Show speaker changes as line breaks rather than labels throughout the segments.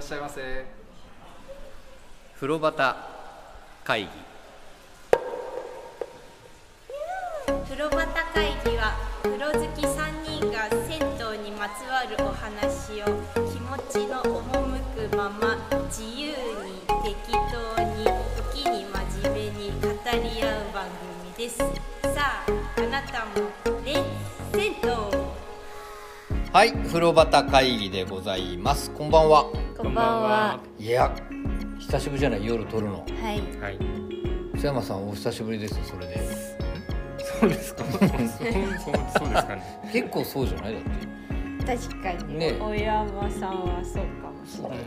しゃいませ
風呂端会議
風呂端会議は風呂好き3人が銭湯にまつわるお話を気持ちの赴くまま自由に適当に時に真面目に語り合う番組ですさああなたもレッツ銭湯
はい風呂端会議でございますこんばんは
こんばんは。
いや久しぶりじゃない夜撮るの
はい。
はい
須山さんお久しぶりですそれで
そうですかそうそうですかね
結構そうじゃないだって
確かに。
ね
お山さんはそうかもしれない。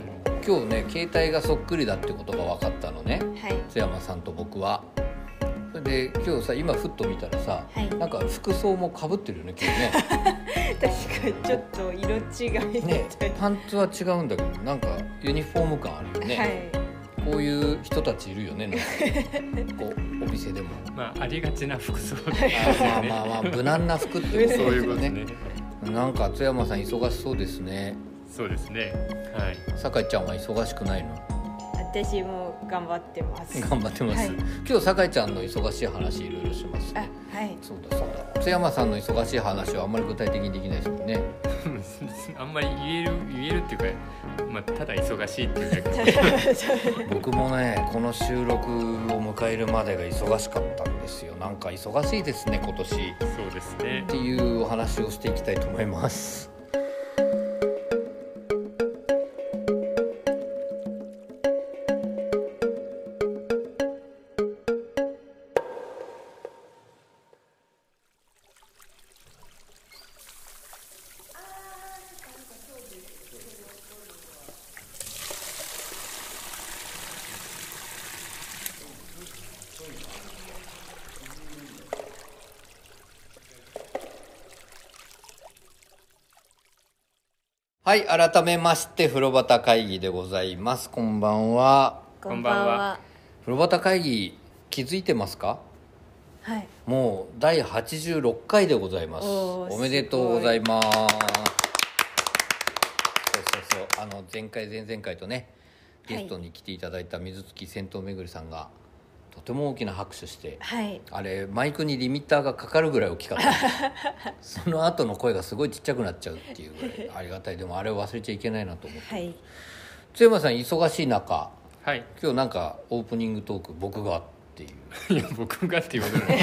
今日ね携帯がそっくりだってことが分かったのね
はい。
須山さんと僕はそれで今日さ今ふっと見たらさ、
はい
なんか服装もかぶってるよね今 日
確かにちょっと色違いみ
ねね
たい
パンツは違うんだけどなんかユニフォーム感あるよ
な。
ね、こういう人たちいるよねなん かこうお店でも
まあありがちな服装で
まあまあまあ無難な服ってことです
そういう
よ
こと
ね
ね
なんか津山さん忙しそうですね
そうですねはい
酒井ちゃんは忙しくないの
はい。私も頑張ってます。
頑張ってます、
はい
今日酒井ちゃんの忙しい話いろいろします
あ
ね、
はい。
そうだそうだ津山さんの忙しい話はあんまり具体的にできないですもんね
あんまり言える言えるっていうかまあただ忙しいっていうだけ
僕もねこの収録を迎えるまでが忙しかったんですよなんか忙しいですね今年っ
そうですね
ていうお話をしていきたいと思いますはい改めまして風呂端会議でございますこんばんは
こんばんは。
風呂端会議気づいてますか
はい。
もう第86回でございます
おー
おめでとうございますそうそうそうあの前回前々回とねゲストに来ていただいた水月銭湯めぐりさんがとても大きな拍手して
はい。
あれマイクにリミッターがかかるぐらい大きかった その後の声がすごいちっちゃくなっちゃうっていうぐらいありがたいでもあれを忘れちゃいけないなと思って
はい。
津山さん忙しい中
はい
今日なんかオープニングトーク僕がってい う
いや僕がっていうことなんで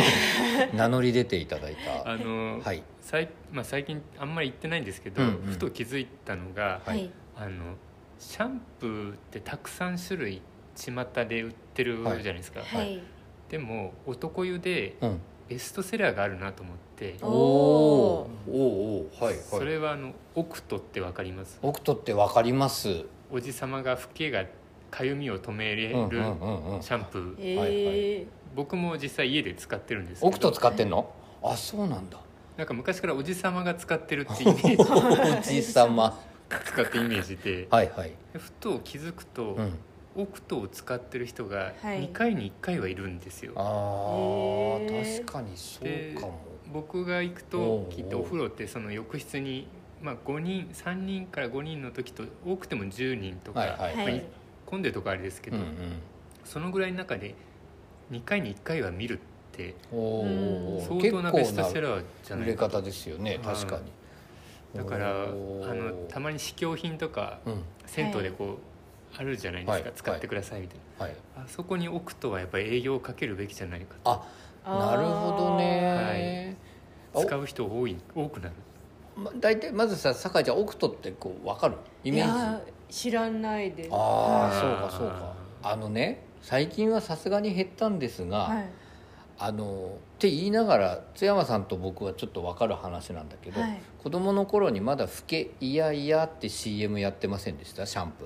名乗り出ていただいた
あの、
はい
さいまあ、最近あんまり行ってないんですけど、
うんうん
ふと気づいたのが、
はい。
あのシャンプーってたくさん種類巷で売ってるじゃないですか、
は。
はい
でも男湯で
うん
ベストセラーがあるなと思って、
ー
おー
おーおーはいはい
それはあのオクトってわかります
オクトってわかります
おじさまが老けがかゆみを止めれる
うんうんうんうん
シャンプー、
ええ。
僕も実際家で使ってるんですけど
オクト使ってんのあそうなんだ
なんか昔からおじさまが使ってるってイメージ
おじさま
使ってイメージで
はいはい
ふと気づくと、
うん
オクトを使ってる人が
はい
2回に1回はいるんですよ、
あー
へー
確かにそうかも
僕が行く
おうお
と
う
きっとお風呂ってその浴室に、まあ、5人3人から5人の時と多くても10人とか、
はいはい
は
まあ
い。
混んでるとかあれですけ
う
ど、
んうん
そのぐらいの中で2回に1回は見るって
おー
相当なベストセラーじゃ
売
な
れ
いか
方ですよね
ん
確かに、
だからあ
おー
のたまに試供品とか
うん
銭湯でこうあるじゃないですか、
はい
使ってくださいみたいな、
はい
あそこに置くとはやっぱり営業をかけるべきじゃないかと
あなるほどね、お
使う人多い多くなる
ま大体まずさ酒井ちゃんオクトってこう分かるイ
い
メージ
や知らないです。
ああ
ー
そう
は
か
い
そうかあのね最近はさすがに減ったんですが、
はい。
あのって言いながら津山さんと僕はちょっと分かる話なんだけど、
はい
子供の頃にまだ「老けいやいや」って CM やってませんでしたシャンプ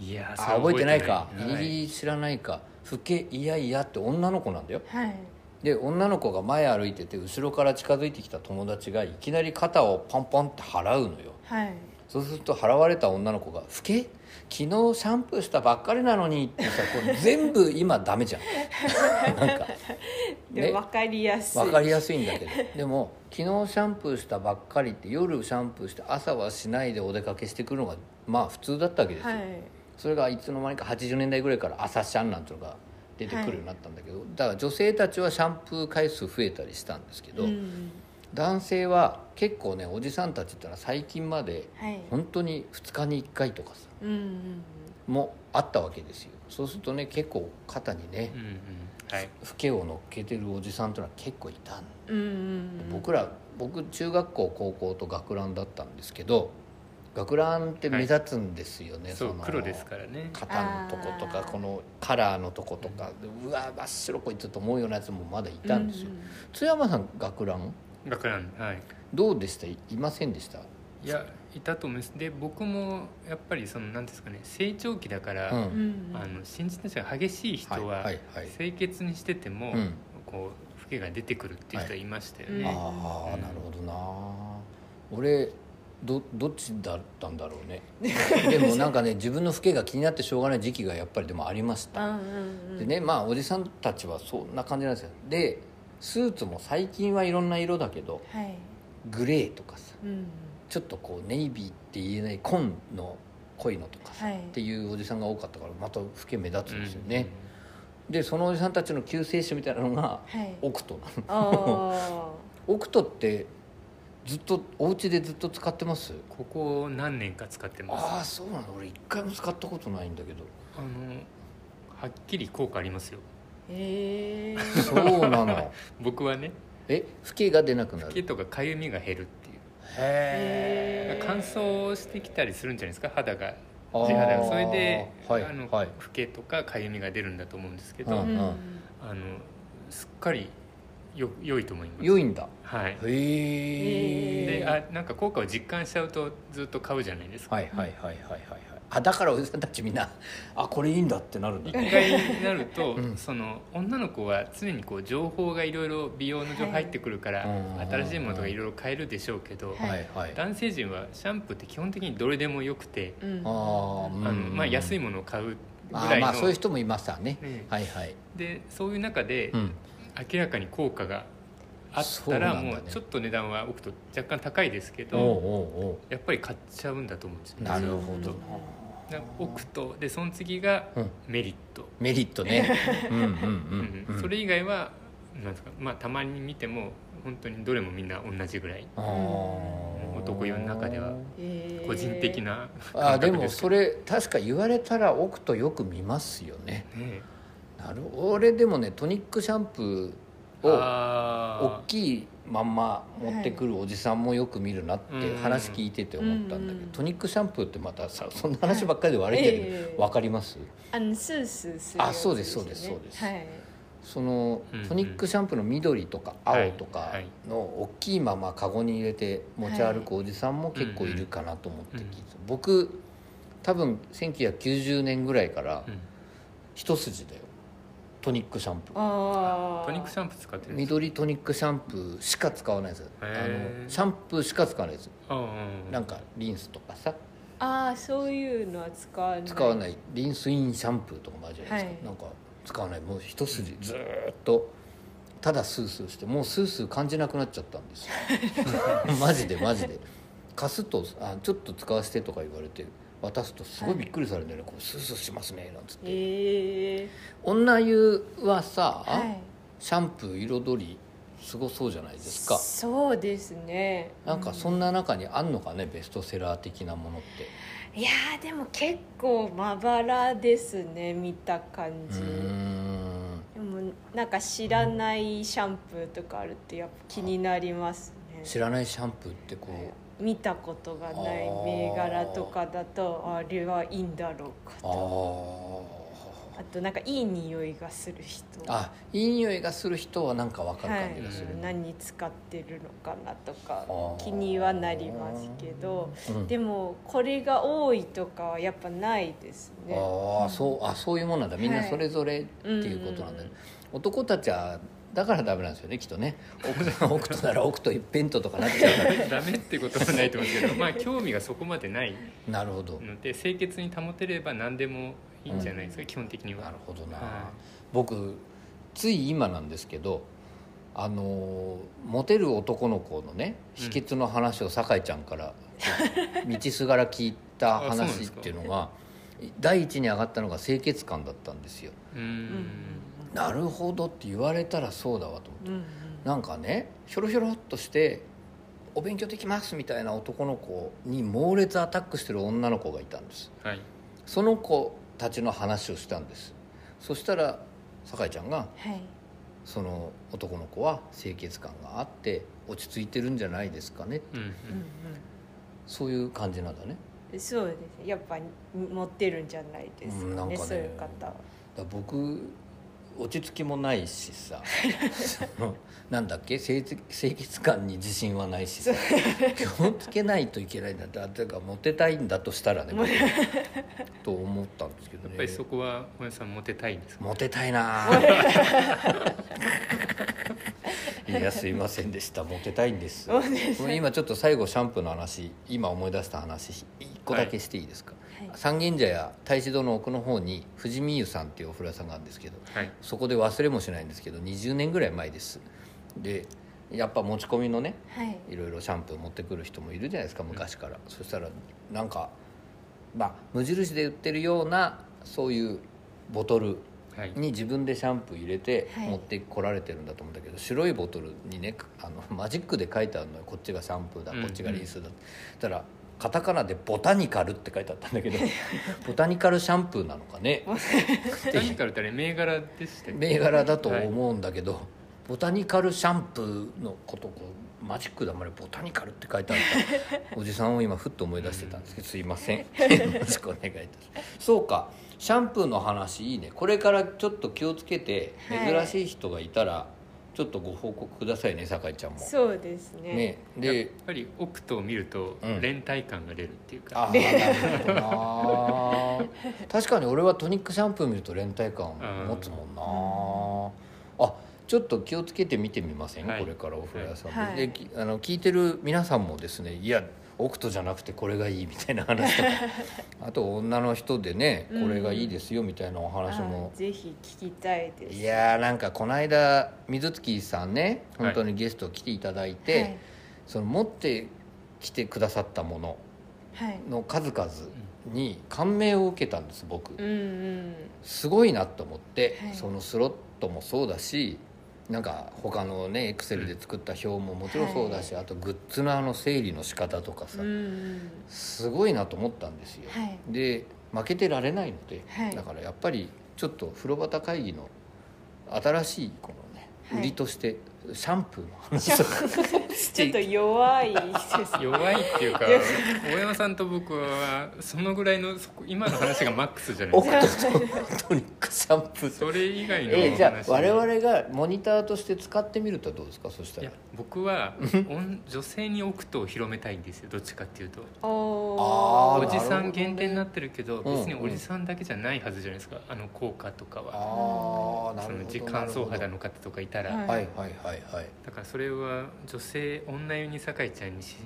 ー
いやーそれ
あ覚えてないかギ
は
リギリ知らないか「老けいやいや」って女の子なんだよ
はい。
で女の子が前歩いてて後ろから近づいてきた友達がいきなり肩をパンパンって払うのよ
はい。
そうすると払われた女の子が「老け昨日シャンプーしたばっかりなのに」ってさこれ全部今ダメじゃ んなんか
でも分かりやすい
分かりやすいんだけどでも昨日シャンプーしたばっかりって夜シャンプーして朝はしないでお出かけしてくるのがまあ普通だったわけですよ、
はい
それがいつの間にか80年代ぐらいから朝シャンなんていうのが出てくるようになったんだけど、だから女性たちはシャンプー回数増えたりしたんですけど、
うん
男性は結構ねおじさんたちってのは最近まで
はい
本当に2日に1回とかさ
うんうん
もあったわけですよそうするとね結構肩にね
うんうんはい
老けを乗っけてるおじさんってのは結構いたんで
うんうんうん
僕ら僕中学校高校と学ランだったんですけど学ランって目立つんですよね、
そう
の
黒ですからね
肩のとこと
あ
か
ー
このカラーのとことかうわ真っ白こいつと思うようなやつもまだいたんですよ、
うう
津山さん学ラン
学ランはい
どうでしたいいませんでした
いやいたと思いますで僕もやっぱりその何ですかね成長期だから、
うん
うん
あの新陳代謝が激しい人は、
はいはいはい
清潔にしてても、
うん
こう老けが出てくるっていう人はいましたよね、
はい
ああ
うん
なるほどな俺どどっちだったんだろうね でもなんかね自分の老けが気になってしょうがない時期がやっぱりでもありました
うんうんうん
でねまあおじさんたちはそんな感じなんですよでスーツも最近はいろんな色だけど
はい
グレーとかさ
うん
ちょっとこうネイビーって言えない紺の濃いのとかさ、
はい
っていうおじさんが多かったからまた老け目立つんですよね、でそのおじさんたちの救世主みたいなのが
はい
オクトなの
あ
オクトってずっとお家でずっと使ってます
ここ何年か使ってます
ああそうなの俺一回も使ったことないんだけど
あのはっきり効果ありますよ
ーへえ
そうな の
僕はね
え老けが出なくな
毛
る
とかかゆみが減るっていう
へ
へー
乾燥してきたりするんじゃないですか肌が
あー
地肌がそれで、
はい
あの
はい
老けとかかゆみが出るんだと思うんですけど、
うん
うん
あのすっかりよ良いと思います
良いんだ
はい
へえ
であなんか効果を実感しちゃうとずっと買うじゃないですか、
はいはいはいはいはいはいあだからおじさんたちみんなあこれいいんだってなるんだ
一
ね
回になると、
うん
その女の子は常にこう情報がいろいろ美容の情報入ってくるから、
はい
新しいものとかいろいろ買えるでしょうけど、
はい
はい
男性陣はシャンプーって基本的にどれでもよくて、
う
あー、
ん
あのまあ、安い
も
ものを買うぐ
あ
ら
ー
いの、
まあそういう人もいましたね
ね
はいはい、
でそういう中で
うん、
明らかに効果があっ
そう
た
な
ら、
んだね
もうちょっと値段は置くと若干高いですけ
おうお
ど
うお
やっぱり買っちゃうんだと思うんですよ
う
ね
なるほどな
なんか置くとでその次が
うん
メリット、
メリット ねうんうんうん、うん、
それ以外はなんですか、まあ、たまに見ても本当にどれもみんな同じぐらい
あー
男湯の中では
へー
個人的な
あー
感
で
覚
も
ですけ
そ
ど、
れ確か言われたら置くとよく見ますよね
ね、
なる俺でもねトニックシャンプーを大
あー
きいまんま持ってくるおじさんもよく見るなって話聞いてて思ったんだけ
うんう
ど
ん
トニックシャンプーってまたさそんな話ばっかりで悪いけど、
ええ
わかります
あのスースーするやつ
あそうですそうです
よね
そうです
はい
その
うんうん
トニックシャンプーの緑とか青とかの大きいままカゴに入れて持ち歩くおじさんも結構いるかなと思って聞いて僕多分1990年ぐらいから
うん
一筋だよトニックシャンプー
ああ
トニックシャンプー使ってるんです
緑トニックシャンプーしか使わないですあ
へ
の
ー
シャンプーしか使わないです
あーうん
なんかリンスとかさ
ああそういうのは使わない
使わないいリンスインシャンプーとかもあるじゃないですか、
はい
なんか使わないもう一筋ずーっとただスースーしてもうスースー感じなくなっちゃったん ですよマジでマジで貸すとあ「ちょっと使わせて」とか言われて渡すとすごいびっくりされるんだよね「こうスースーしますね」なんつって
ええ
女湯はさ、
はい
シャンプー彩りすごそうじゃないですか
そうですね
なんかそ
うん
な中にあんのかねベストセラー的なものって
いやーでも結構まばらですね見た感
う
じ
ーん
でもなんか知らないシャンプーとかあるってやっぱ気になりますね
知らないシャンプーってこう、
見たことがない
あー
銘柄とかだとあれはいいんだろうかと
あ
あとなんかいい匂いがする人
ああいい匂いがする人はなんかわかる
は
感
い
じがする、
うん
何に使ってるのかなとか
あー
気にはなりますけど
うん
でもこれが多いとかはやっぱないですね
ああそうあそういうものなんだみんな
はい
それぞれっていうことなんだね、
うん
男たちはだからダメなんですよねきっとね奥奥となら奥と一辺倒とかなっちゃうか
ダメってことはないと思うんですけどま あ興味がそこまでない
らなるほど
ので清潔に保てれば何でもいいんじゃないですか、基本的には
なるほどな、
は
僕つい今なんですけどあのーモテる男の子のね
うん
秘訣の話を酒井ちゃん から、道すがら聞いた
あそうなんで
話っ
すか
ていうのが第一に上がったのが清潔感だったんですよ
うーん
なるほどって言われたらそうだわと思って
うんうん
なんかねひょろひょろっとして「お勉強できます」みたいな男の子に猛烈アタックしてる女の子がいたんです
はい
その子たちの話をしたんですそしたら酒井ちゃんが
はい
その男の子は清潔感があって落ち着いてるんじゃないですかね
うんうん
うん
そういう感じなんだね
うんそうですねやっぱ持ってるんじゃないですか
う
ね
んなんかね
そういう方
だ
は
から僕落ち着きもないしさそのなんだっけ清潔清潔感に自信はないしさ気をつけないといけないんだってあてかモテたいんだとしたらね 僕と思ったんですけど
や
ね
っぱりそこは小林さんモテたいんですか
モテたい なあいやすいませんでしたモテたいんです
そうです
今ちょっと最後シャンプーの話今思い出した話一個だけしていいですか、
はい
三軒茶屋太子堂の奥の方に富士見湯さんっていうお風呂屋さんがあるんですけど
はい
そこで忘れもしないんですけど20年ぐらい前ですでやっぱ持ち込みのね
はい
いろいろシャンプー持ってくる人もいるじゃないですか昔から、そしたらなんかまあ無印で売ってるようなそういうボトル
はい
に自分でシャンプー入れて
はい
持ってこられてるんだと思うんだけど、白いボトルにねあのマジックで書いてあるのよこっちがシャンプーだ
うん
こっちがリンスだ、だからカタカナで「ボタニカル」って書いてあったんだ けどボタニカルシャンプーなのかね
何からってあれ銘柄でしたっけ
銘柄だと思うんだけど、ボタニカルシャンプーのことをこうマジックであんまり「ボタニカル」って書いてあったおじさんを今ふっと思い出してたんです けどすいませんよろしくお願いいたしますそうかシャンプーの話いいねこれからちょっと気をつけて
はい
珍しい人がいたらちょっとご報告くださいね酒井ちゃんも
そうですね
ね
やっ
で
ぱり奥とを見ると
うん
連帯感が出るっていうか、
ああなるほどな確かに俺はトニックシャンプー見ると連帯感を持つもんな、あちょっと気をつけて見てみません、
はい
これからお風呂屋さんで,、
はい
できあの聞いてる皆さんもですねいやオクトじゃなくてこれがいいみたいな話 とかあと女の人でねこれがいいですよみたいなお話も
あ、ぜひ聞きたいです
いやーなんかこの間水月さんね本当にゲスト来ていただいて、
はい
その持ってきてくださったもの
はい
の数々に感銘を受けたんです僕
うんうん
すごいなと思って、
はい
そのスロットもそうだしなんか他のねエクセルで作った表ももちろんそうだし、あとグッズのあの整理の仕方とかさ、
うんうん
すごいなと思ったんですよ、
はい
で負けてられないので、
はい
だからやっぱりちょっと風呂端会議の新しいこのね
はい
売りとしてシャンプーの話を
ちょっと弱 いです
弱いっていうか
弱い
大山さんと僕はそのぐらいのそこ今の話がマックスじゃない
オ
で
ク
す
ト
か
とトニックシャンプー
それ以外の話
えじゃあ我々がモニターとして使ってみるとどうですかそした
い
ら
や僕は女女性にオクトを広めたいんですよどっちかっていうと
お
あー
お
お
じ
なる
さ
ほどね
ん限定になってるけど
うん
別におじさんだけじゃないはずじゃないですかあの効果とかは
ああな
そ
る
の
ほど
うち乾燥肌
なる
の方とかいた
は
ら
ほどはいはいはいはい
だからそれは女性女湯に酒井ちゃんにし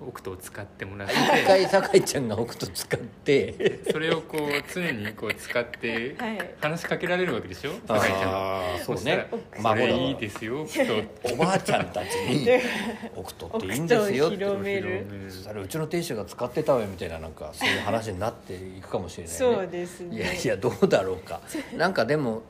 オクトを使ってもらっ
一
て
回酒井ちゃんが置くと使って
それをこう常にこう使 って
はい
話しかけられるわけでしょ
あ
酒井ちゃんは
あそう
したら
ね
そ
孫だか
れ
ら
いいです よオクト
おばあちゃんたちに置くとっていいんですよっ
置く
て
と広める
そしたらうちの亭主が使ってたわよみたいななんかそういう話になっていくかもしれないね
そうですね
いやいやどうだろうかなんかでも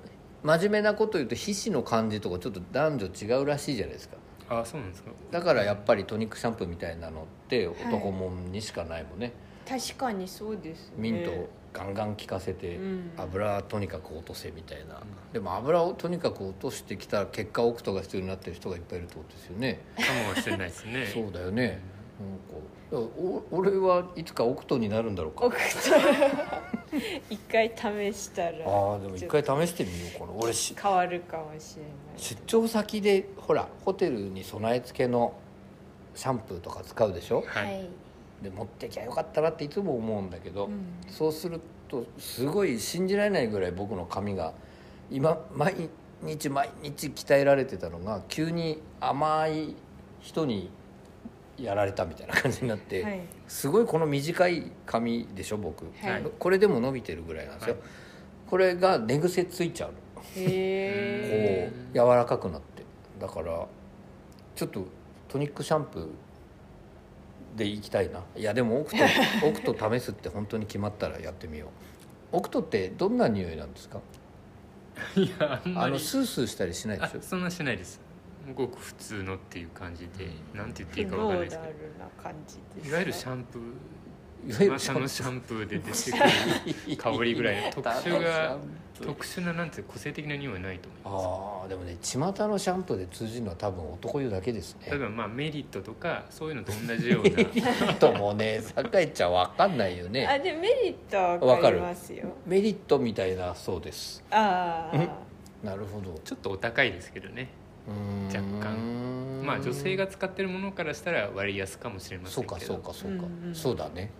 真面目なこと言うと皮脂の感じとかちょっと男女違うらしいじゃないですか
ああそうなんですか
だからやっぱりトニックシャンプーみたいなのって男もんにしかないもんね、
確かにそうですね
ミントをガンガン効かせて
うん
油とにかく落とせみたいな、でも油をとにかく落としてきた結果オクトが必要になってる人がいっぱいいるってことですよね、
かもしれないですね
そうだよねなんかお俺はいつかオクトになるんだろうか
送った 一回試したら
ああでも一回試してみようかな俺し
変わるかもしれない
出張先でほらホテルに備え付けのシャンプーとか使うでしょ
はい、
で持ってきゃよかったなっていつも思うんだけど、
うん
そうするとすごい信じられないぐらい僕の髪が今毎日毎日鍛えられてたのが急に甘い人にやられたみたいな感じになって、
はい
すごいこの短い髪でしょ僕、
はい
これでも伸びてるぐらいなんですよ、
はい
これが寝癖ついちゃうのこう
へ
へ
え
ー
柔らかくなってだからちょっとトニックシャンプーでいきたいないやでもオクト オクト試すって本当に決まったらやってみようオクトってどんな匂いなんですか
いやあんま
あ
り
のスースーしたりしないで
あ
しょ
そんなしないですごく普通のっていう感じでなんて言っていいかわ
ロ
からないで
ー
す
ダ
け
ルな感じです
どいわゆるシ
ン
ャンプ
いわ
ー
ゆ
ま
るシ
た
ャン
のシャンプーで出てくる香りぐらいの特殊が特殊ななんていう個性的な匂いはないと思います
ああでもね巷のシャンプーで通じるのは多分男湯だけです
例え
ね
ばまあメリットとかそういうのと同じよ うな
ともね酒井ちゃんわかんないよ
あ
ね
でメリットはわかりますよ
メリットみたいなそうです
ああ
なるほど
ちょっとお高いですけどね
うーん
若まあ女性が使ってるものからしたら割安かもしれませ
そうん
けど
かそうかそうか、
うんうん
そうだね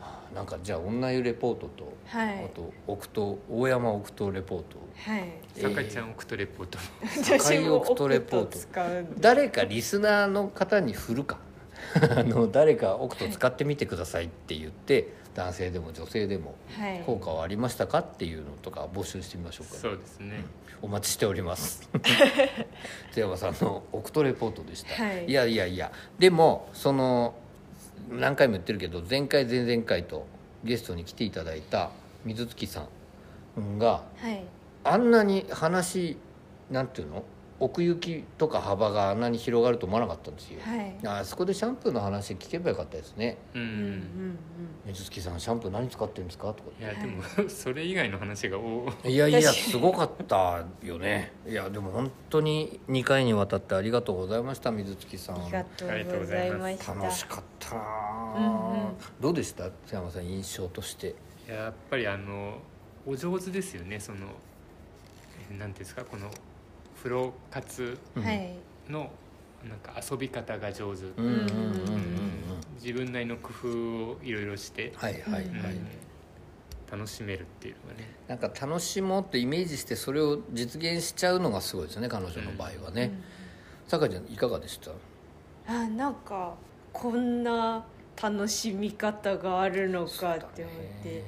はあなんかじゃあ女湯レポートと、
は
あ
い
と奥と大山奥とレポート
はい
酒井ちゃ
えー
んオクトレポート
私も
オクトレポート
オクト使うんで
誰かリスナーの方に振るか あの誰かオクト使ってみてくださいって言って男性でも女性でも
はい
効果はありましたかっていうのとか募集してみましょうか
そうですね
お待ちしております 津山さんのオクトレポートでした、
はい
やいやいやでもその何回も言ってるけど前回前々回とゲストに来ていただいた水月さんが
はい
あんなに話なんていうの奥行きとか幅があんなに広がると思わなかったんですよ、
はい
あそこでシャンプーの話聞けばよかったですね
う
うんうん
ん
水月さんシャンプー何使ってるんですかとか
いやでもそれ以外の話がお
いやいや
確かに
すごかったよねいやでも本当に2回にわたってありがとうございました水月さん
うんありがとうございました
楽しかったなあ、
うんうん
どうでした津山さん印象として
やっぱりあのお上手ですよねそのえなんていうんですかこの風呂活
うん
はい
のなんか遊び方が上手、
うんうんうんうん
うん
自分なりの工夫をいろいろして、
はいはいはい、
うん
うん
楽しめるっていうのがね
なんか楽しもうってイメージしてそれを実現しちゃうのがすごいですね彼女の場合はね、坂井ちゃんいかがでした
あなんかこんな楽しみ方があるのかって思って、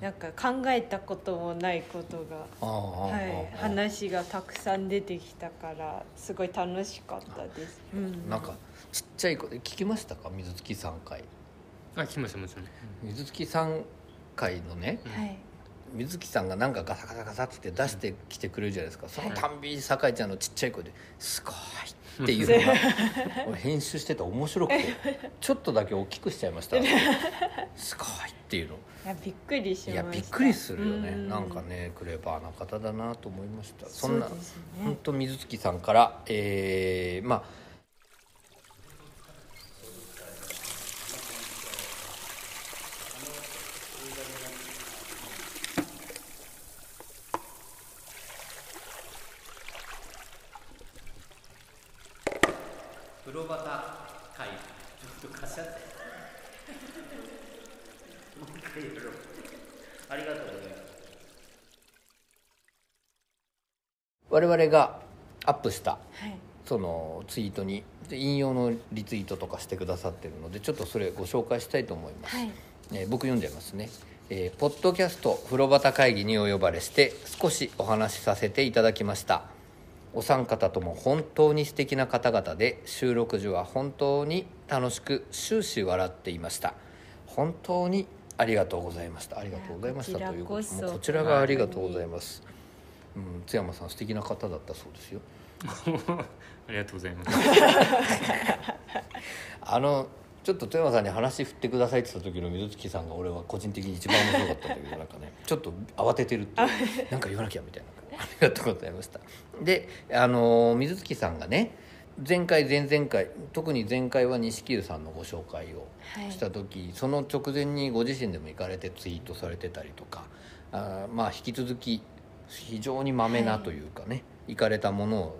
なんか考えたこともないことが、
ああああ、
はい、
ああ
話がたくさん出てきたからすごい楽しかったです、うん
なんかちっちゃい子で聞きましたか水月さん回
あ来ましたもちろん
水月さん回のね
はい
水木さんがなんかガサガサガサって言って出してきてくれるじゃないですかそのたんびに酒井ちゃんのちっちゃい声で「すごい!」っていうのが俺編集してて面白くてちょっとだけ大きくしちゃいました「すごい!」っていうの
いやびっくりしま
い
した
やびっくりするよね
う
なんかねクレバーな方だなと思いましたそ
そ
ん
う
な
です
本
ね
当水月さんからえーまあ
風呂バタ会ちょっとかしゃってもう一回やろうありがとうございます
我々がアップした
はい
そのツイートに引用のリツイートとかしてくださってるのでちょっとそれご紹介したいと思います、
はい
えー僕読んじゃいますね、えーポッドキャスト風呂旗会議にお呼ばれして少しお話しさせていただきましたお三方とも本当に素敵な方々で収録時は本当に楽しく終始笑っていました本当にありがとうございましたありがとうございました
いや
ということ
こちらこそ
もうこちらがありがとうございます、うん、津山さん素敵な方だったそうですよ
ね ありがとうございます
あのちょっと富山さんに話振ってくださいって言った時の水月さんが俺は個人的に一番面白かったんだけどなんかねちょっと慌ててるっていうなんか言わなきゃみたいなありがとうございましたであの水月さんがね前回前々回特に前回は錦湯さんのご紹介を
はい
した時、その直前にご自身でも行かれてツイートされてたりとかあーまあ引き続き非常にまめなというかね、行かれたものを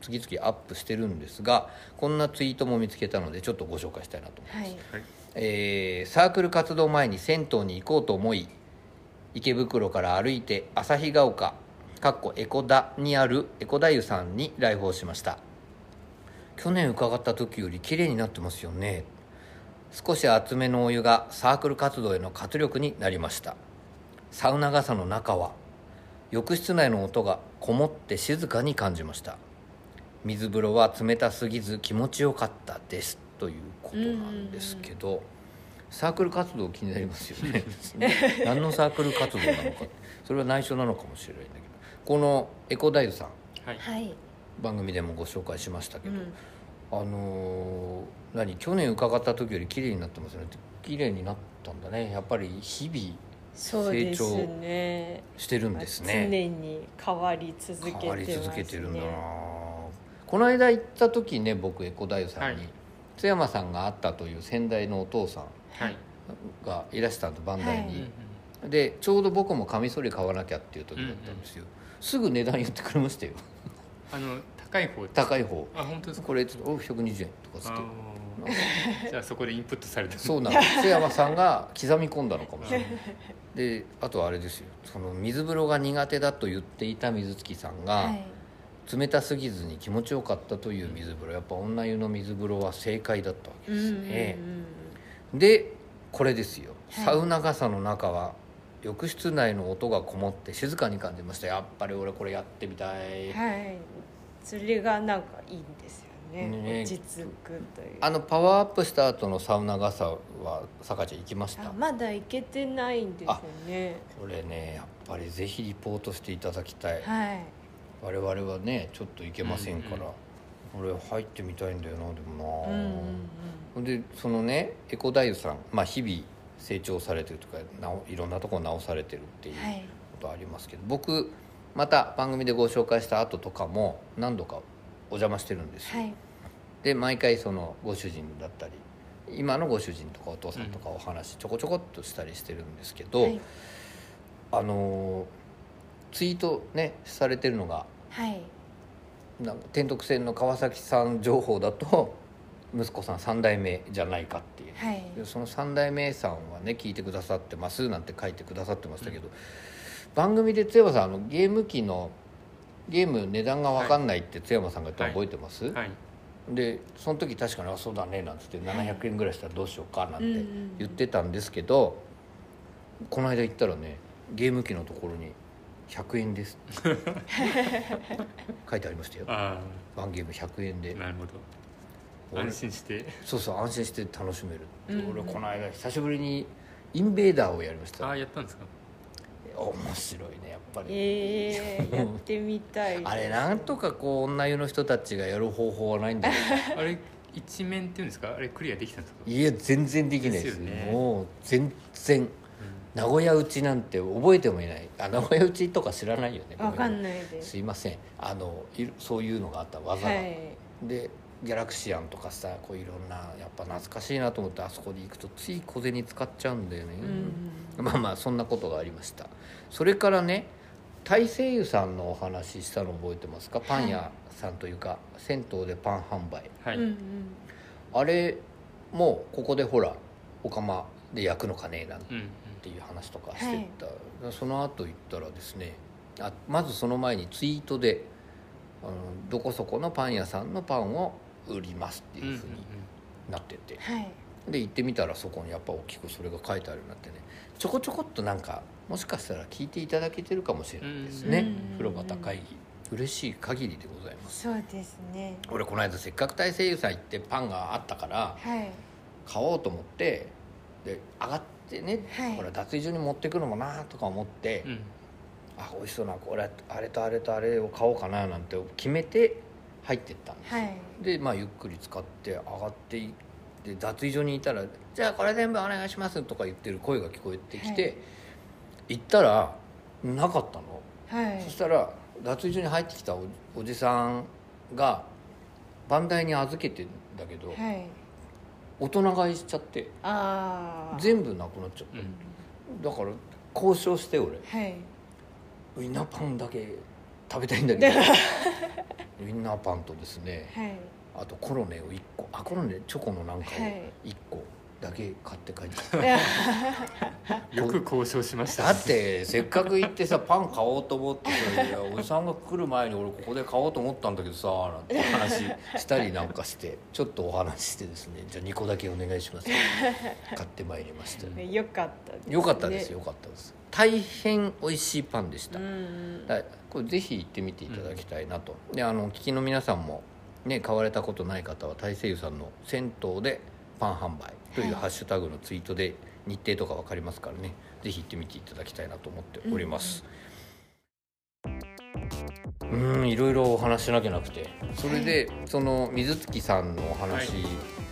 次々アップしてるんですがこんなツイートも見つけたのでちょっとご紹介したいなと思います、
はい
えーサークル活動前に銭湯に行こうと思い池袋から歩いて旭ヶ丘かっこエコダにあるエコダ湯さんに来訪しました去年伺った時より綺麗になってますよね少し厚めのお湯がサークル活動への活力になりましたサウナ傘の中は浴室内の音がこもって静かに感じました水風呂は冷たすぎず気持ちよかったですということなんですけど、サークル活動気になりますよね 何のサークル活動なのかそれは内緒なのかもしれないんだけどこのエコダイブさん
はい
はい、
番組でもご紹介しましたけ
う
ど、
ん、
あのー何去年伺った時より綺麗になってますねって綺麗になったんだねやっぱり日々
そうですね
してるんですね
常に変わり続けてます、ね、
変わり続けてるんだなこの間行った時ね僕エコダイブさんに、
はい
津山さんがあったという先代のお父さん
はい
がいらしたと番台に、
は
でちょうど僕もカミソリ買わなきゃっていう時だったんですよ、すぐ値段言ってくれましたよ
あの高い方
高
い
い方
あ本当ですか
これちょっとお120円とかつっ
あ
て
ーじゃあそこでインプットされた
そう
う
なの瀬山さんが刻み込んだ のかもしれないであとはあれですよその水風呂が苦手だと言っていた水月さんが、
はい、
冷たすぎずに気持ちよかったという水風呂やっぱ女湯の水風呂は正解だったわけ
うん
で
う
す
んうん
ね、でこれですよ、
はい
サウナ傘の中は浴室内の音がこもって静かに感じましたやっぱり俺これやってみたい、
はい、それがなんかいいんですよね
ね
落ち着くという
あのパワーアップした後のサウナ傘はさかちゃん行きました
あまだ行けてないんですよね
これねやっぱりぜひリポートしていただきたい、
はい
我々はねちょっと行けませんから、俺入ってみたいんだよなでも
う、
なん
うん
ほんでそのねエコダイさん、まあ、日々成長されてるとかなおいろんなとこ直されてるっていう
うん、はい
ことありますけど、僕また番組でご紹介した後とかも何度かお邪魔してるんですよ、
はい
で毎回そのご主人だったり今のご主人とかお父さんとかお話ちょこちょこっとしたりしてるんですけど、
はい
あのーツイートねされてるのが
はい
なんか天徳線の川崎さん情報だと 息子さん3代目じゃないかっていう
はい
でその三代目さんはね聞いてくださってますなんて書いてくださってましたけど、番組で津山さんあのゲーム機のゲーム値段が分かんないって津山さんが言ったの
はい
覚えてます、
はい
でその時確かに「あそうだね」なんつって「700円ぐらいしたらどうしようか」なん
うんうんう
て
ん
言ってたんですけど、この間行ったらねゲーム機のところに「100円です」って 書いてありましたよ
あ
ワンゲーム100円で
あなるほど
俺
安心して
そうそう安心して楽しめる、
うん
俺この間久しぶりにインベーダーをやりまし
あ
た
あやったんですか
面白いねやっぱり、
えー、やってみたいで す
あれなんとかこう女湯の人たちがやる方法はないん だけ
あれ一面っていうんですかあれクリアできたんですか
どいや全然できないです
ですよね
もう全然名古屋うちなんて覚えてもいないあ名古屋うちとか知らないよね
わかん
い
ないです
すいませんあのいそういうのがあった技が、
はい
でギャラクシアンとかさこういろんなやっぱ懐かしいなと思ってあそこに行くとつい小銭使っちゃうんだよね、
う
まあまあそんなことがありましたそれからね大西湯さんのお話ししたの覚えてますかパン屋さんというか、銭湯でパン販売
はい、
うんうん
あれもここでほらお釜で焼くのかねなん
うんうん
ていう話とかしてた、その後行ったらですねあまずその前にツイートであのどこそこのパン屋さんのパンを売りますっていうふうになってて、
はい
で行ってみたらそこにやっぱ大きくそれが書いてあるようになってねちょこちょこっとなんかもしかしたら聞いていただけてるかもしれないですね
うん
風呂端会議嬉しい限りでございます
そうですね
俺この間せっかく大西湯さん行ってパンがあったから
はい
買おうと思ってで上がってね、
はい
ほら脱衣所に持ってくのもなとか思って、
うんうん
あ美味しそうなこれあれとあれとあれを買おうかななんて決めて入ってったんですよ
はい
でまあゆっくり使って上がっていって脱衣所にいたら「じゃあこれ全部お願いします」とか言ってる声が聞こえてきて、
はい
行ったらなかったの、
はい
そしたら脱衣所に入ってきたおおじさんが番台に預けてんだけど、
はい
大人買いしちゃって
ああ
全部なくなっちゃっ
うん
ただから交渉して俺
はい
ウインナーパンだけ食べたいんだ けどウインナーパンとですね
はい
あとコロネを1個あコロネチョコのなんかを
はい
1個、だけ買って帰ってきた
よく交渉しました
だ
ね
ってせっかく行ってさパン買おうと思ってさいやおじさんが来る前に俺ここで買おうと思ったんだけどさなんて話したりなんかしてちょっとお話ししてですねじゃあ2個だけお願いし ます買ってまいりました
よかったです、ね、
よかったですよかったです大変美味しいパンでし
う
た、
ん
だこれぜひ行ってみていただきたいなと、であのお聞きの皆さんもね買われたことない方は大西湯さんの銭湯でパン販売というハッシュタグのツイートで日程とか分かりますからねぜひ行ってみていただきたいなと思っておりますうんいろいろお話しなきゃなくてそれで、その水月さんのお話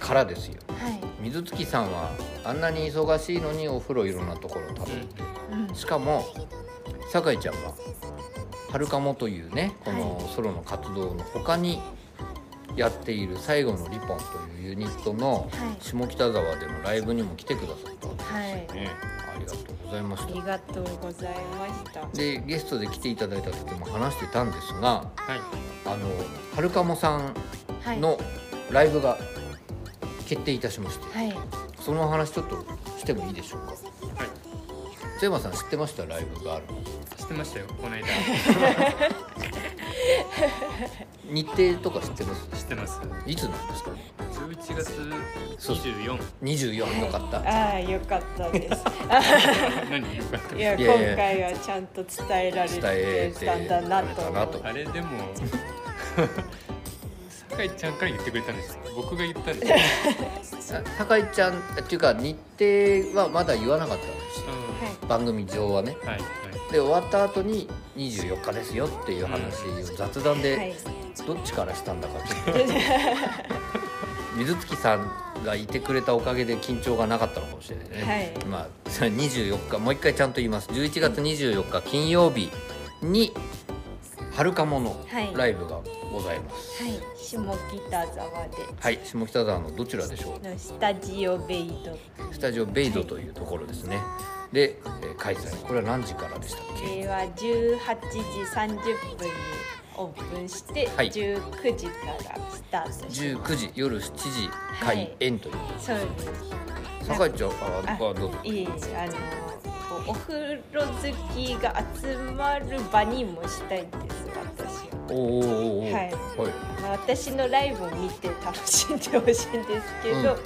からですよ、
はい、
水月さんはあんなに忙しいのにお風呂いろんなところを食べて
うん、
しかも酒井ちゃんは「はるかも」というねこ
は
のソロの活動の他にやっている「最後のリポン」というユニットの
はい
下北沢でのライブにも来てくださったんで
はい
すねありがとうございま
あ
し
り
た
がとうございました
でゲストで来ていただいた時も話してたんですが
はい
あのはるかもさん
はい
のライブが決定いたしまして
はい
その話ちょっとしてもいいでしょうか津山さん知ってましたライブがあるの
知ってましたよこの間
日程とか知ってます
知ってます
いつなんですか
11月
そう
24
24の方、
ああよかったです
何よかった
いや
いやいや
今回はちゃんと伝えられ
伝え
て
て
たんだな
くれ
と
たなと
あれでも酒井ちゃんから言ってくれたんですよ僕が言ったんですよ、
酒井ちゃんっていうか日程はまだ言わなかったんです
う
番組上はね
ん、はいはい
で終わった後に24日ですよっていう話を雑談
はい、はい
で、どっちからしたんだかちょっと水月さんがいてくれたおかげで緊張がなかったのかもしれないね、
はい
まあ24日もう一回ちゃんと言います11月24日金曜日に「はるかも」のライブがございます
はい、下北沢で
はい、下北沢のどちらでしょう
のスタジオベイド、
スタジオベイドというところですね。で、えー開催。これは何時からでしたっけ？
えー、は18時30分にオープンして、
はい
19時からスタートし
19時夜7時
はい
開演という。
そうです
酒井ちゃんああどうぞ。
いいあのこうお風呂好きが集まる場にもしたいんです私は。
おおおおおお。
はい
はい
まあ私のライブを見て楽しんでほしいんですけど、
うん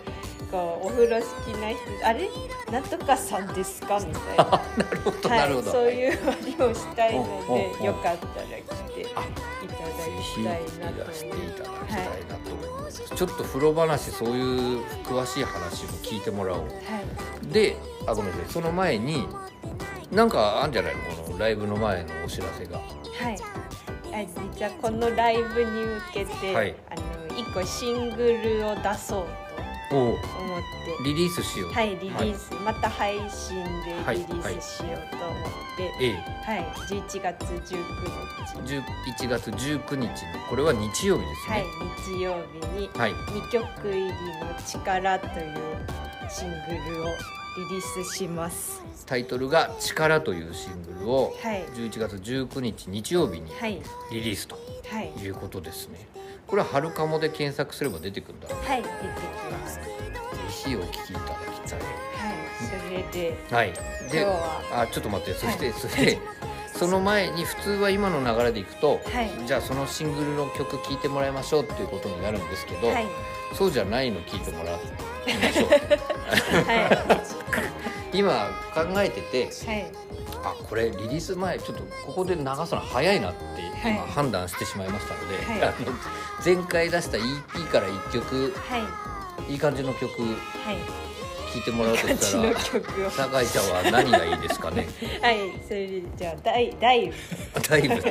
こうお風呂好きな人あれなんとかさんですかみたいな。
なるほど、
は
ないるほ、ど。
そういう割りをしたいの
おおお
でよかったら来ていただ
ぜひ
き
い
た
ら
いなと
してい
思い
ただき
ます。
た
はい
なと思います。ちょっと風呂話そういう詳しい話も聞いてもらおう。
い、はい
で、あごめんなさい。その前になんかあんじゃないのこのライブの前のお知らせが。
はい。あ実はこのライブに向けて、
はい
あの一個シングルを出そう
おお
と思って、
リリースしよう。
はいリリース、また配信でリリースしようと思って、
ええ。
はい、11月19日、
11月19日のこれは日曜日です
はい
ね
日曜日に
はい、
二曲入りの力というシングルをリリースします。
タイトルが「力」というシングルを
はい
11月19日日曜日に
はい
リリースと
はい
いうことですねこれは「はるかも」で検索すれば出てくるんだぜ
はい出てきます。はい
ひお聴きいただきたい
それで
はい
今日
で
は
あちょっと待ってそして、そして その前に普通は今の流れでいくと、
はい
じゃあそのシングルの曲聴いてもらいましょうっていうことになるんですけど、
はい
そうじゃないの聴いてもらいましょう
は
今考えてて、
いはい。
あこれリリース前ちょっとここで流すの早いなって今
はい
判断してしまいましたので、
はい
あの前回出した EP から1曲
はい
いい感じの曲聴
はい
いてもらうと
感じ
した
の
ら
曲をは
酒井ちゃんは何がいいですかね
いそれじゃあ第第
だいぶ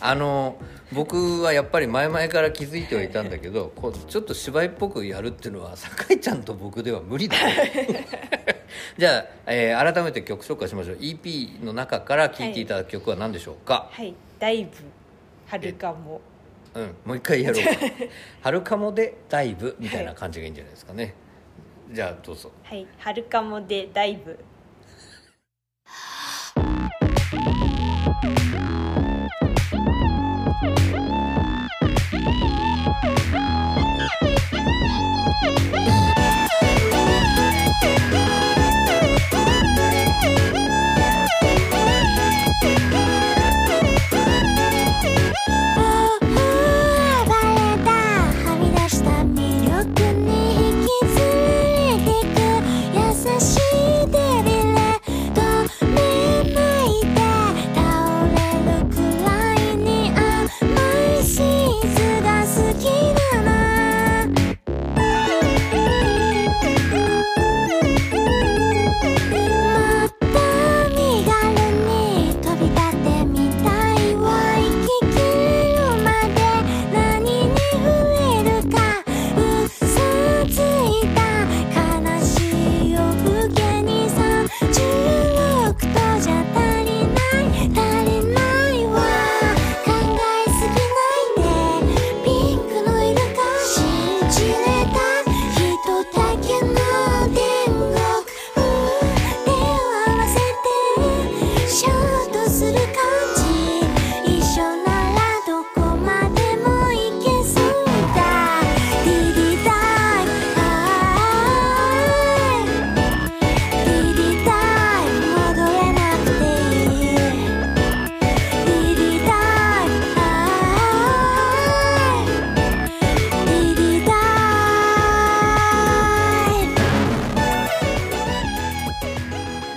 あの僕はやっぱり前々から気づいてはいたんだけどこうちょっと芝居っぽくやるっていうのは酒井ちゃんと僕では無理だね じゃあ、えー改めて曲紹介しましょう EP の中から聴いていただく曲は何でしょうか、
はいダイブはるかも
うん、もう一回やろうか「はるかも」で「ダイブ」みたいな感じがいいんじゃないですかね、じゃあどうぞ
はいはるかもでダイブ
「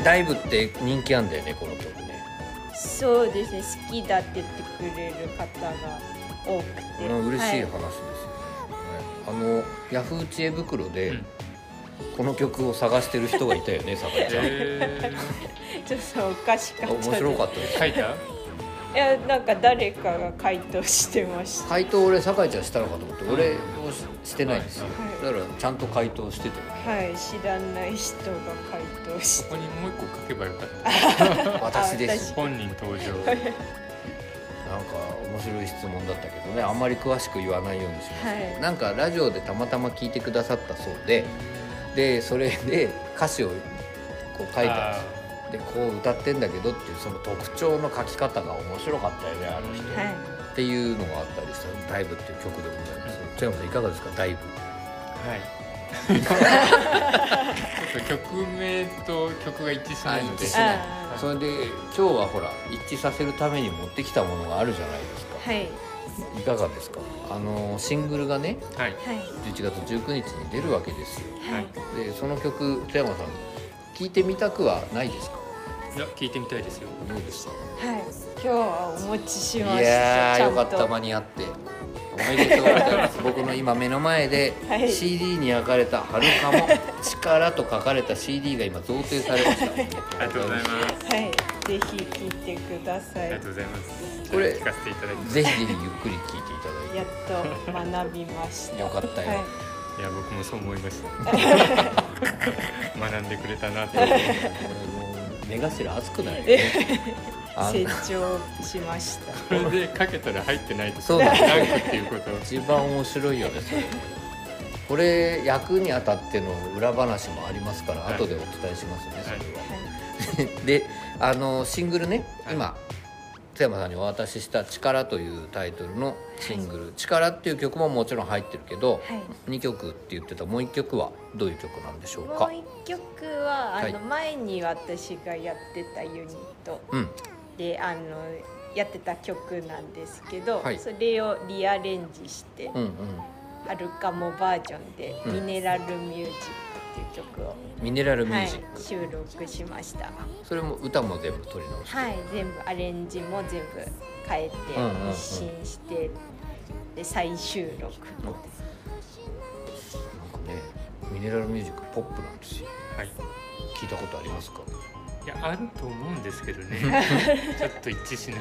ライブって人気あんだよねこの曲ね、
そうですね好きだって言ってくれる方が多くて、
うん、嬉しい話ですよね
は、
はいあのヤフー知恵袋で、
うん
この曲を探してる人がいたよね、さか ちゃん。
え
い、ちょっとおかしかった
面
です
白かったで
ー、
す。
書いた
いやなんか誰かが回答してました
回答俺酒井ちゃんしたのかと思って、俺をししてないんですよ、
はい
だからちゃんと回答してて、
はい知らない人が回答し
ここ
て
にもう一個書けばよかった
私です
本人登場
なんか面白い質問だったけどねあんまり詳しく言わないようにしますけど、
はい
なんかラジオでたまたま聞いてくださったそうででそれで歌詞をこう書いたんですよでこう歌ってんだけどっていうその特徴の書き方が面白かったよねあの人、
はい
っていうのがあったりした「ダイブ」っていう曲でございます千山さんいかがですか「ダイブ」
はいちょっと曲名と曲が一致しないので
あ一致しない
あ
それで今日はほら一致させるために持ってきたものがあるじゃないですか、
ーはい
い、かがですかあのシングルがね
はい
はい
11月19日に出るわけですよ
はい
でその曲富山さん聞いてみたくはないですか
いや聞いてみたいですよ
どうでした
はい今日はお持ちしました
いや
ちゃ
ー
ん
よ
と
かった間に合っておめでとうござい ます僕の今目の前で
はい
CD に焼かれた「はるかも力」と書かれた CD が今贈呈されました
ありがとうございます
はいぜひ聞いてくださ
あ
い
り
や
がとうございます
これ
聞かせていただきます
ぜひぜひゆっくり聞いていただいて
っと学びました
よかったよ
はい
いや僕もそう思いました 学んでくれたなって
目頭熱くなるよねあ
成長しました
これでかけたら入ってないと
そうだね
ランクっていうこと
一番面白いよねそれこれ役にあたっての裏話もありますから、
はい
後でお伝えしますねそれは、
は
であのシングルね、
はい
今津山さんにお渡しした「力」というタイトルのシングル「力」っていう曲ももちろん入ってるけど、
い、は
2
い
曲って言ってたもう1曲はどういう曲なんでしょう
も
か
う一曲はあの、
はい
前に私がやってたユニット
うん
であのやってた曲なんですけど、
はい
それをリアレンジして
うんうん
「はるかもバージョン」で「
うん
ミネラルミュージック」っていう曲を、
ミネラルミュ
は
ー
い
ジック、、
収録しました
それも歌も全部取り直して、
はい全部アレンジも全部変えて
うんうんうん
一新してで再収録
うんなんかねミネラルミュージックポップなんですよ
はい
聞いたことありますか
いやあると思うんですけど ねちょっと一致しない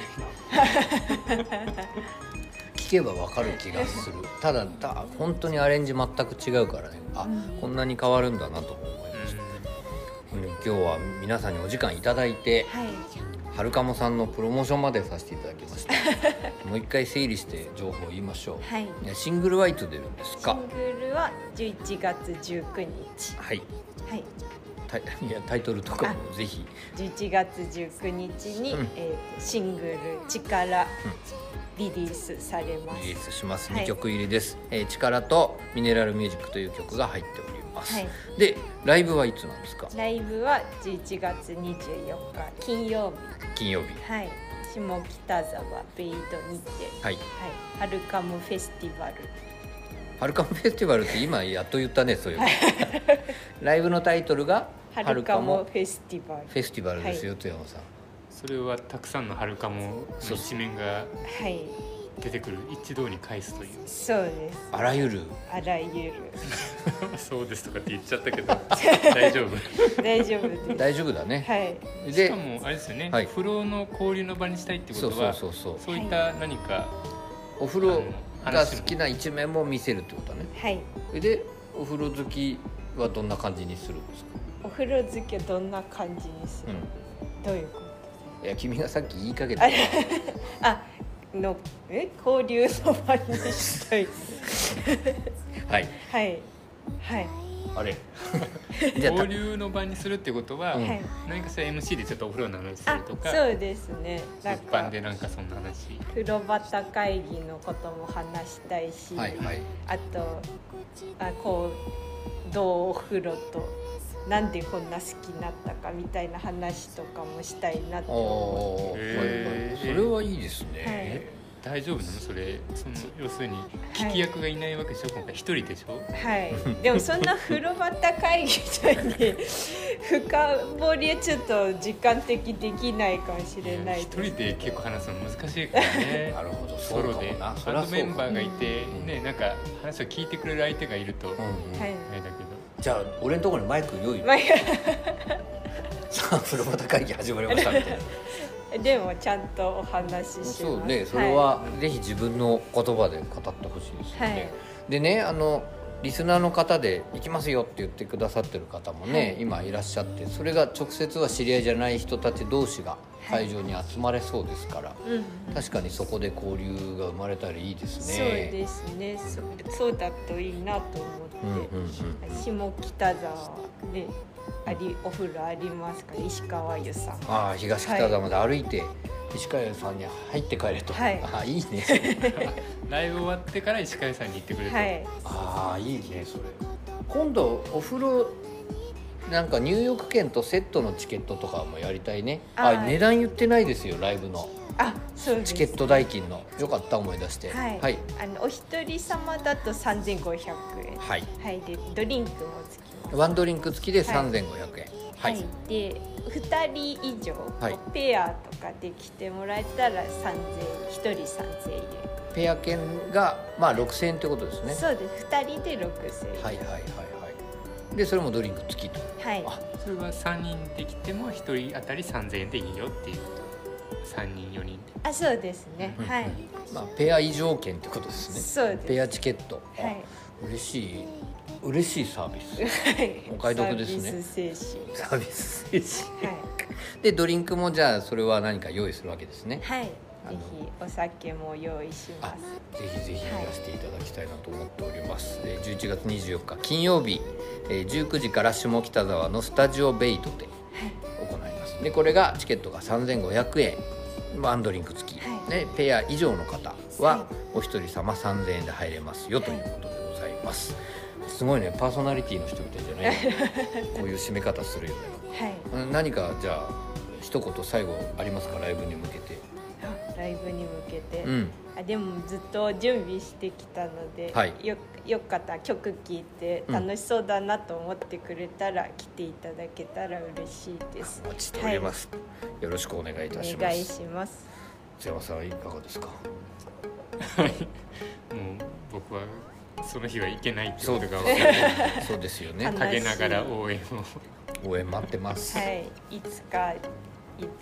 聞けばわかる気がするただた本当にアレンジ全く違うからねあ、こんなに変わるんだなとも思いました、うん今日は皆さんにお時間いただいて
はい
はるかもさんのプロモーションまでさせていただきました もう一回整理して情報を言いましょう、
はい
ねシングルはいつ出るんです
シ
か
ングルは11月19日
はい
はい
タイ いやタイトルとかもぜひ
11月19日に、
うん
えーシングル「力」リリースされま
リリー
す。
スします
はい
2曲入りです「えー力」と「ミネラルミュージック」という曲が入っております、
はい
でライブはいつなんですか
ライブは11月24日金曜
金曜日
日、はい、下北沢ベイドにて、
はい
はい、ハルカムフェスティバル、
ハルカムフェスティバルって今やっと言ったね そういうのライブのタイトルが「
ハルカム
ハル
フェスティバル
カ、フェスティバル」ですよ、
は
津山さん
それはたくさんの遥かも
そう
一面が
はい、
出てくる一堂に返す という
そうです。
あらゆる
あらゆ る
そうですとかって言っちゃったけど大丈夫
大丈夫です。
大丈夫だね、
はい、
し
で
かもあれですよね、
はい
風呂の交流の場にしたいってこ
そう
と
そう
は
そうそう
そういった何か、
お風呂が好きな一面も見せるってことね
はい、
でお風呂好きはどんな感じにするんですか、
お風呂漬けどんな感じにする、
う
どういうこと？
ん、いや君がさっき言いかけたから
あのえ交流の場にしたい
はい
はいはい
あれじゃあた
交流の場にするってことは、
うん
はい
何かしら MC でちょっとお風呂の話す
あ
るとか
そうですねなん
物販
か
でなんかそんな話
風呂端会議のことも話したいし、
はいはい
あとあこうどうお風呂となんでこんな好きになったかみたいな話とかもしたいなって
お
思
お、
へー
それはいいですね、
はい
大丈夫なのそれその要するに聞き役がいないわけでしょ今回一人でしょ
はい、でもそんな風呂端会議みたいに深掘りはちょっと時間的できないかもしれない
一人で結構話すの難しいから ね
なるほどそ
ソ
う
ロ
かも
で
な
バ
そりゃ
ンド
そう
メ
か
ン
も
バーがいて
うん
ねなんか話を聞いてくれる相手がいると
うん
あ
うん
はい、
れだけど
じゃあ俺のところにマイク用意
ま
さあ風呂旗会議始まりましたみたいな
あ、でもちゃんとお話しします
そうねそれはぜひ自分の言葉で語ってほしいですよね、
はい
でねあのリスナーの方で「行きますよ」って言ってくださってる方もね、今いらっしゃってそれが直接は知り合いじゃない人たち同士が会場に集まれそうですから、
はい、うん
確かにそこで交流が生まれたらいいですね。
そうですねそそうだといいなと
うんうん
思って、
うん
下北沢でありお風呂ありますから石川湯さん
ああ東北沢まで歩いて、石川屋さんに入って帰れと、
はい
ああいいね
ライブ終わってから石川さんに行ってくれと、
はい
ああいいねそれ今度お風呂なんか入浴券とセットのチケットとかもやりたいねあ
あー
値段言ってないですよライブの
あそうです
チケット代金のよかった思い出して
はい、
はい、
あのお一人様だと3500円
はい
はいでドリンクも付きます
ワンドリンク付きで
はい
3500円はい、
で2人以上、
はい
ペアとかで来てもらえたら3000円1人3000円、
ペア券がまあ6000円ってことですね
そうです2人で6000円
はいはいはいはいでそれもドリンク付きと
はい、
あ
それは3人できても1人当たり3000円でいいよっていう3人4人で
あそうですね、
うん
はい、
まあ、ペア以上券ってことですね
そうです
ペアチケット、あ
はい
嬉しい嬉しいサービ スお買い得ですね
サービス精
サービス精神
神
でドリンクもじゃあそれは何か用意するわけですね
はい、はい、ぜ
あの
ひお酒も用意し
あ
ます
ぜひぜひいらしていただきたいなと思っております、えー11月24日金曜日、えー19時から下北沢のスタジオベイトで行いますでこれがチケットが3500円ワンドリンク付き、
はい
でペア以上の方
は
はお一人様3000円で入れますよ
はい
ということでございますすごいねパーソナリティの人みたいじゃないこういう締め方するよね
はい
うん何かじゃあ一言最後ありますかライブに向けて
あライブに向けて、
うん
あでもずっと準備してきたので、
はい
よよかったら曲聴いて
うん
楽しそうだなと思ってくれたら、来ていただけたら嬉しいです
お。待ちしております、よろしくお願いいたし
お
ま
願い
す
します。
瀬山さんいかがですか
もう僕はその日は行けないって
そ
こ
う
と
です
が分か
よ
る
ねそうですよね
楽しい
陰ながら応援 を
応援待ってます、
はい、いつかい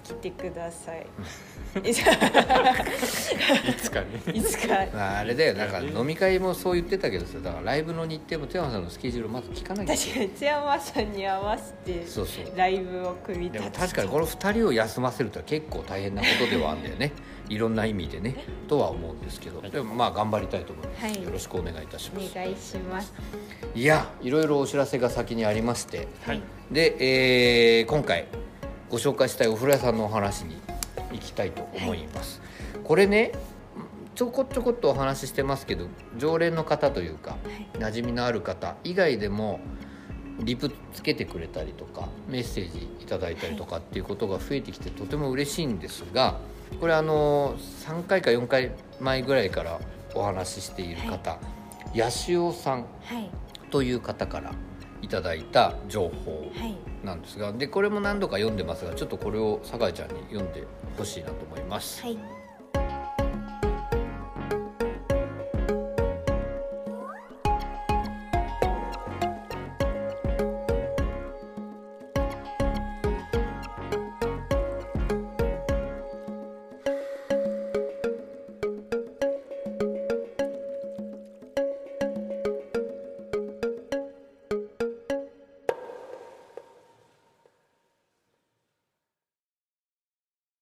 来てくだ さい。いつ
いつかね
か
まあ、あれだよなんか飲み会もそう言ってたけどさだからライブの日程も瀬山さんのスケジュールまず聞かなきゃいけ
私
ない
が津山さんに合わせて
そうそう
ライブを組み
で
立
も
てて
確かにこの2人を休ませるとは結構大変なことではあるんだよねいろんな意味でねとは思うんですけどでもまあ頑張りたいと思います、
はい
よろしくお願いいたします
お願いします。
いやいろいろお知らせが先にありまして
はい
で、えー今回ご紹介したいお風呂屋さんのお話に行きたいと思います、これねちょこちょこっとお話ししてますけど常連の方というか、馴染みのある方以外でもリプつけてくれたりとかメッセージいただいたりとかっていうことが増えてきてとても嬉しいんですがこれあの3回か4回前ぐらいからお話ししている方、やしおさん
はい
という方からいただいた情報
はい
なんですがでこれも何度か読んでますがちょっとこれを酒井ちゃんに読んでほしいなと思います、
はい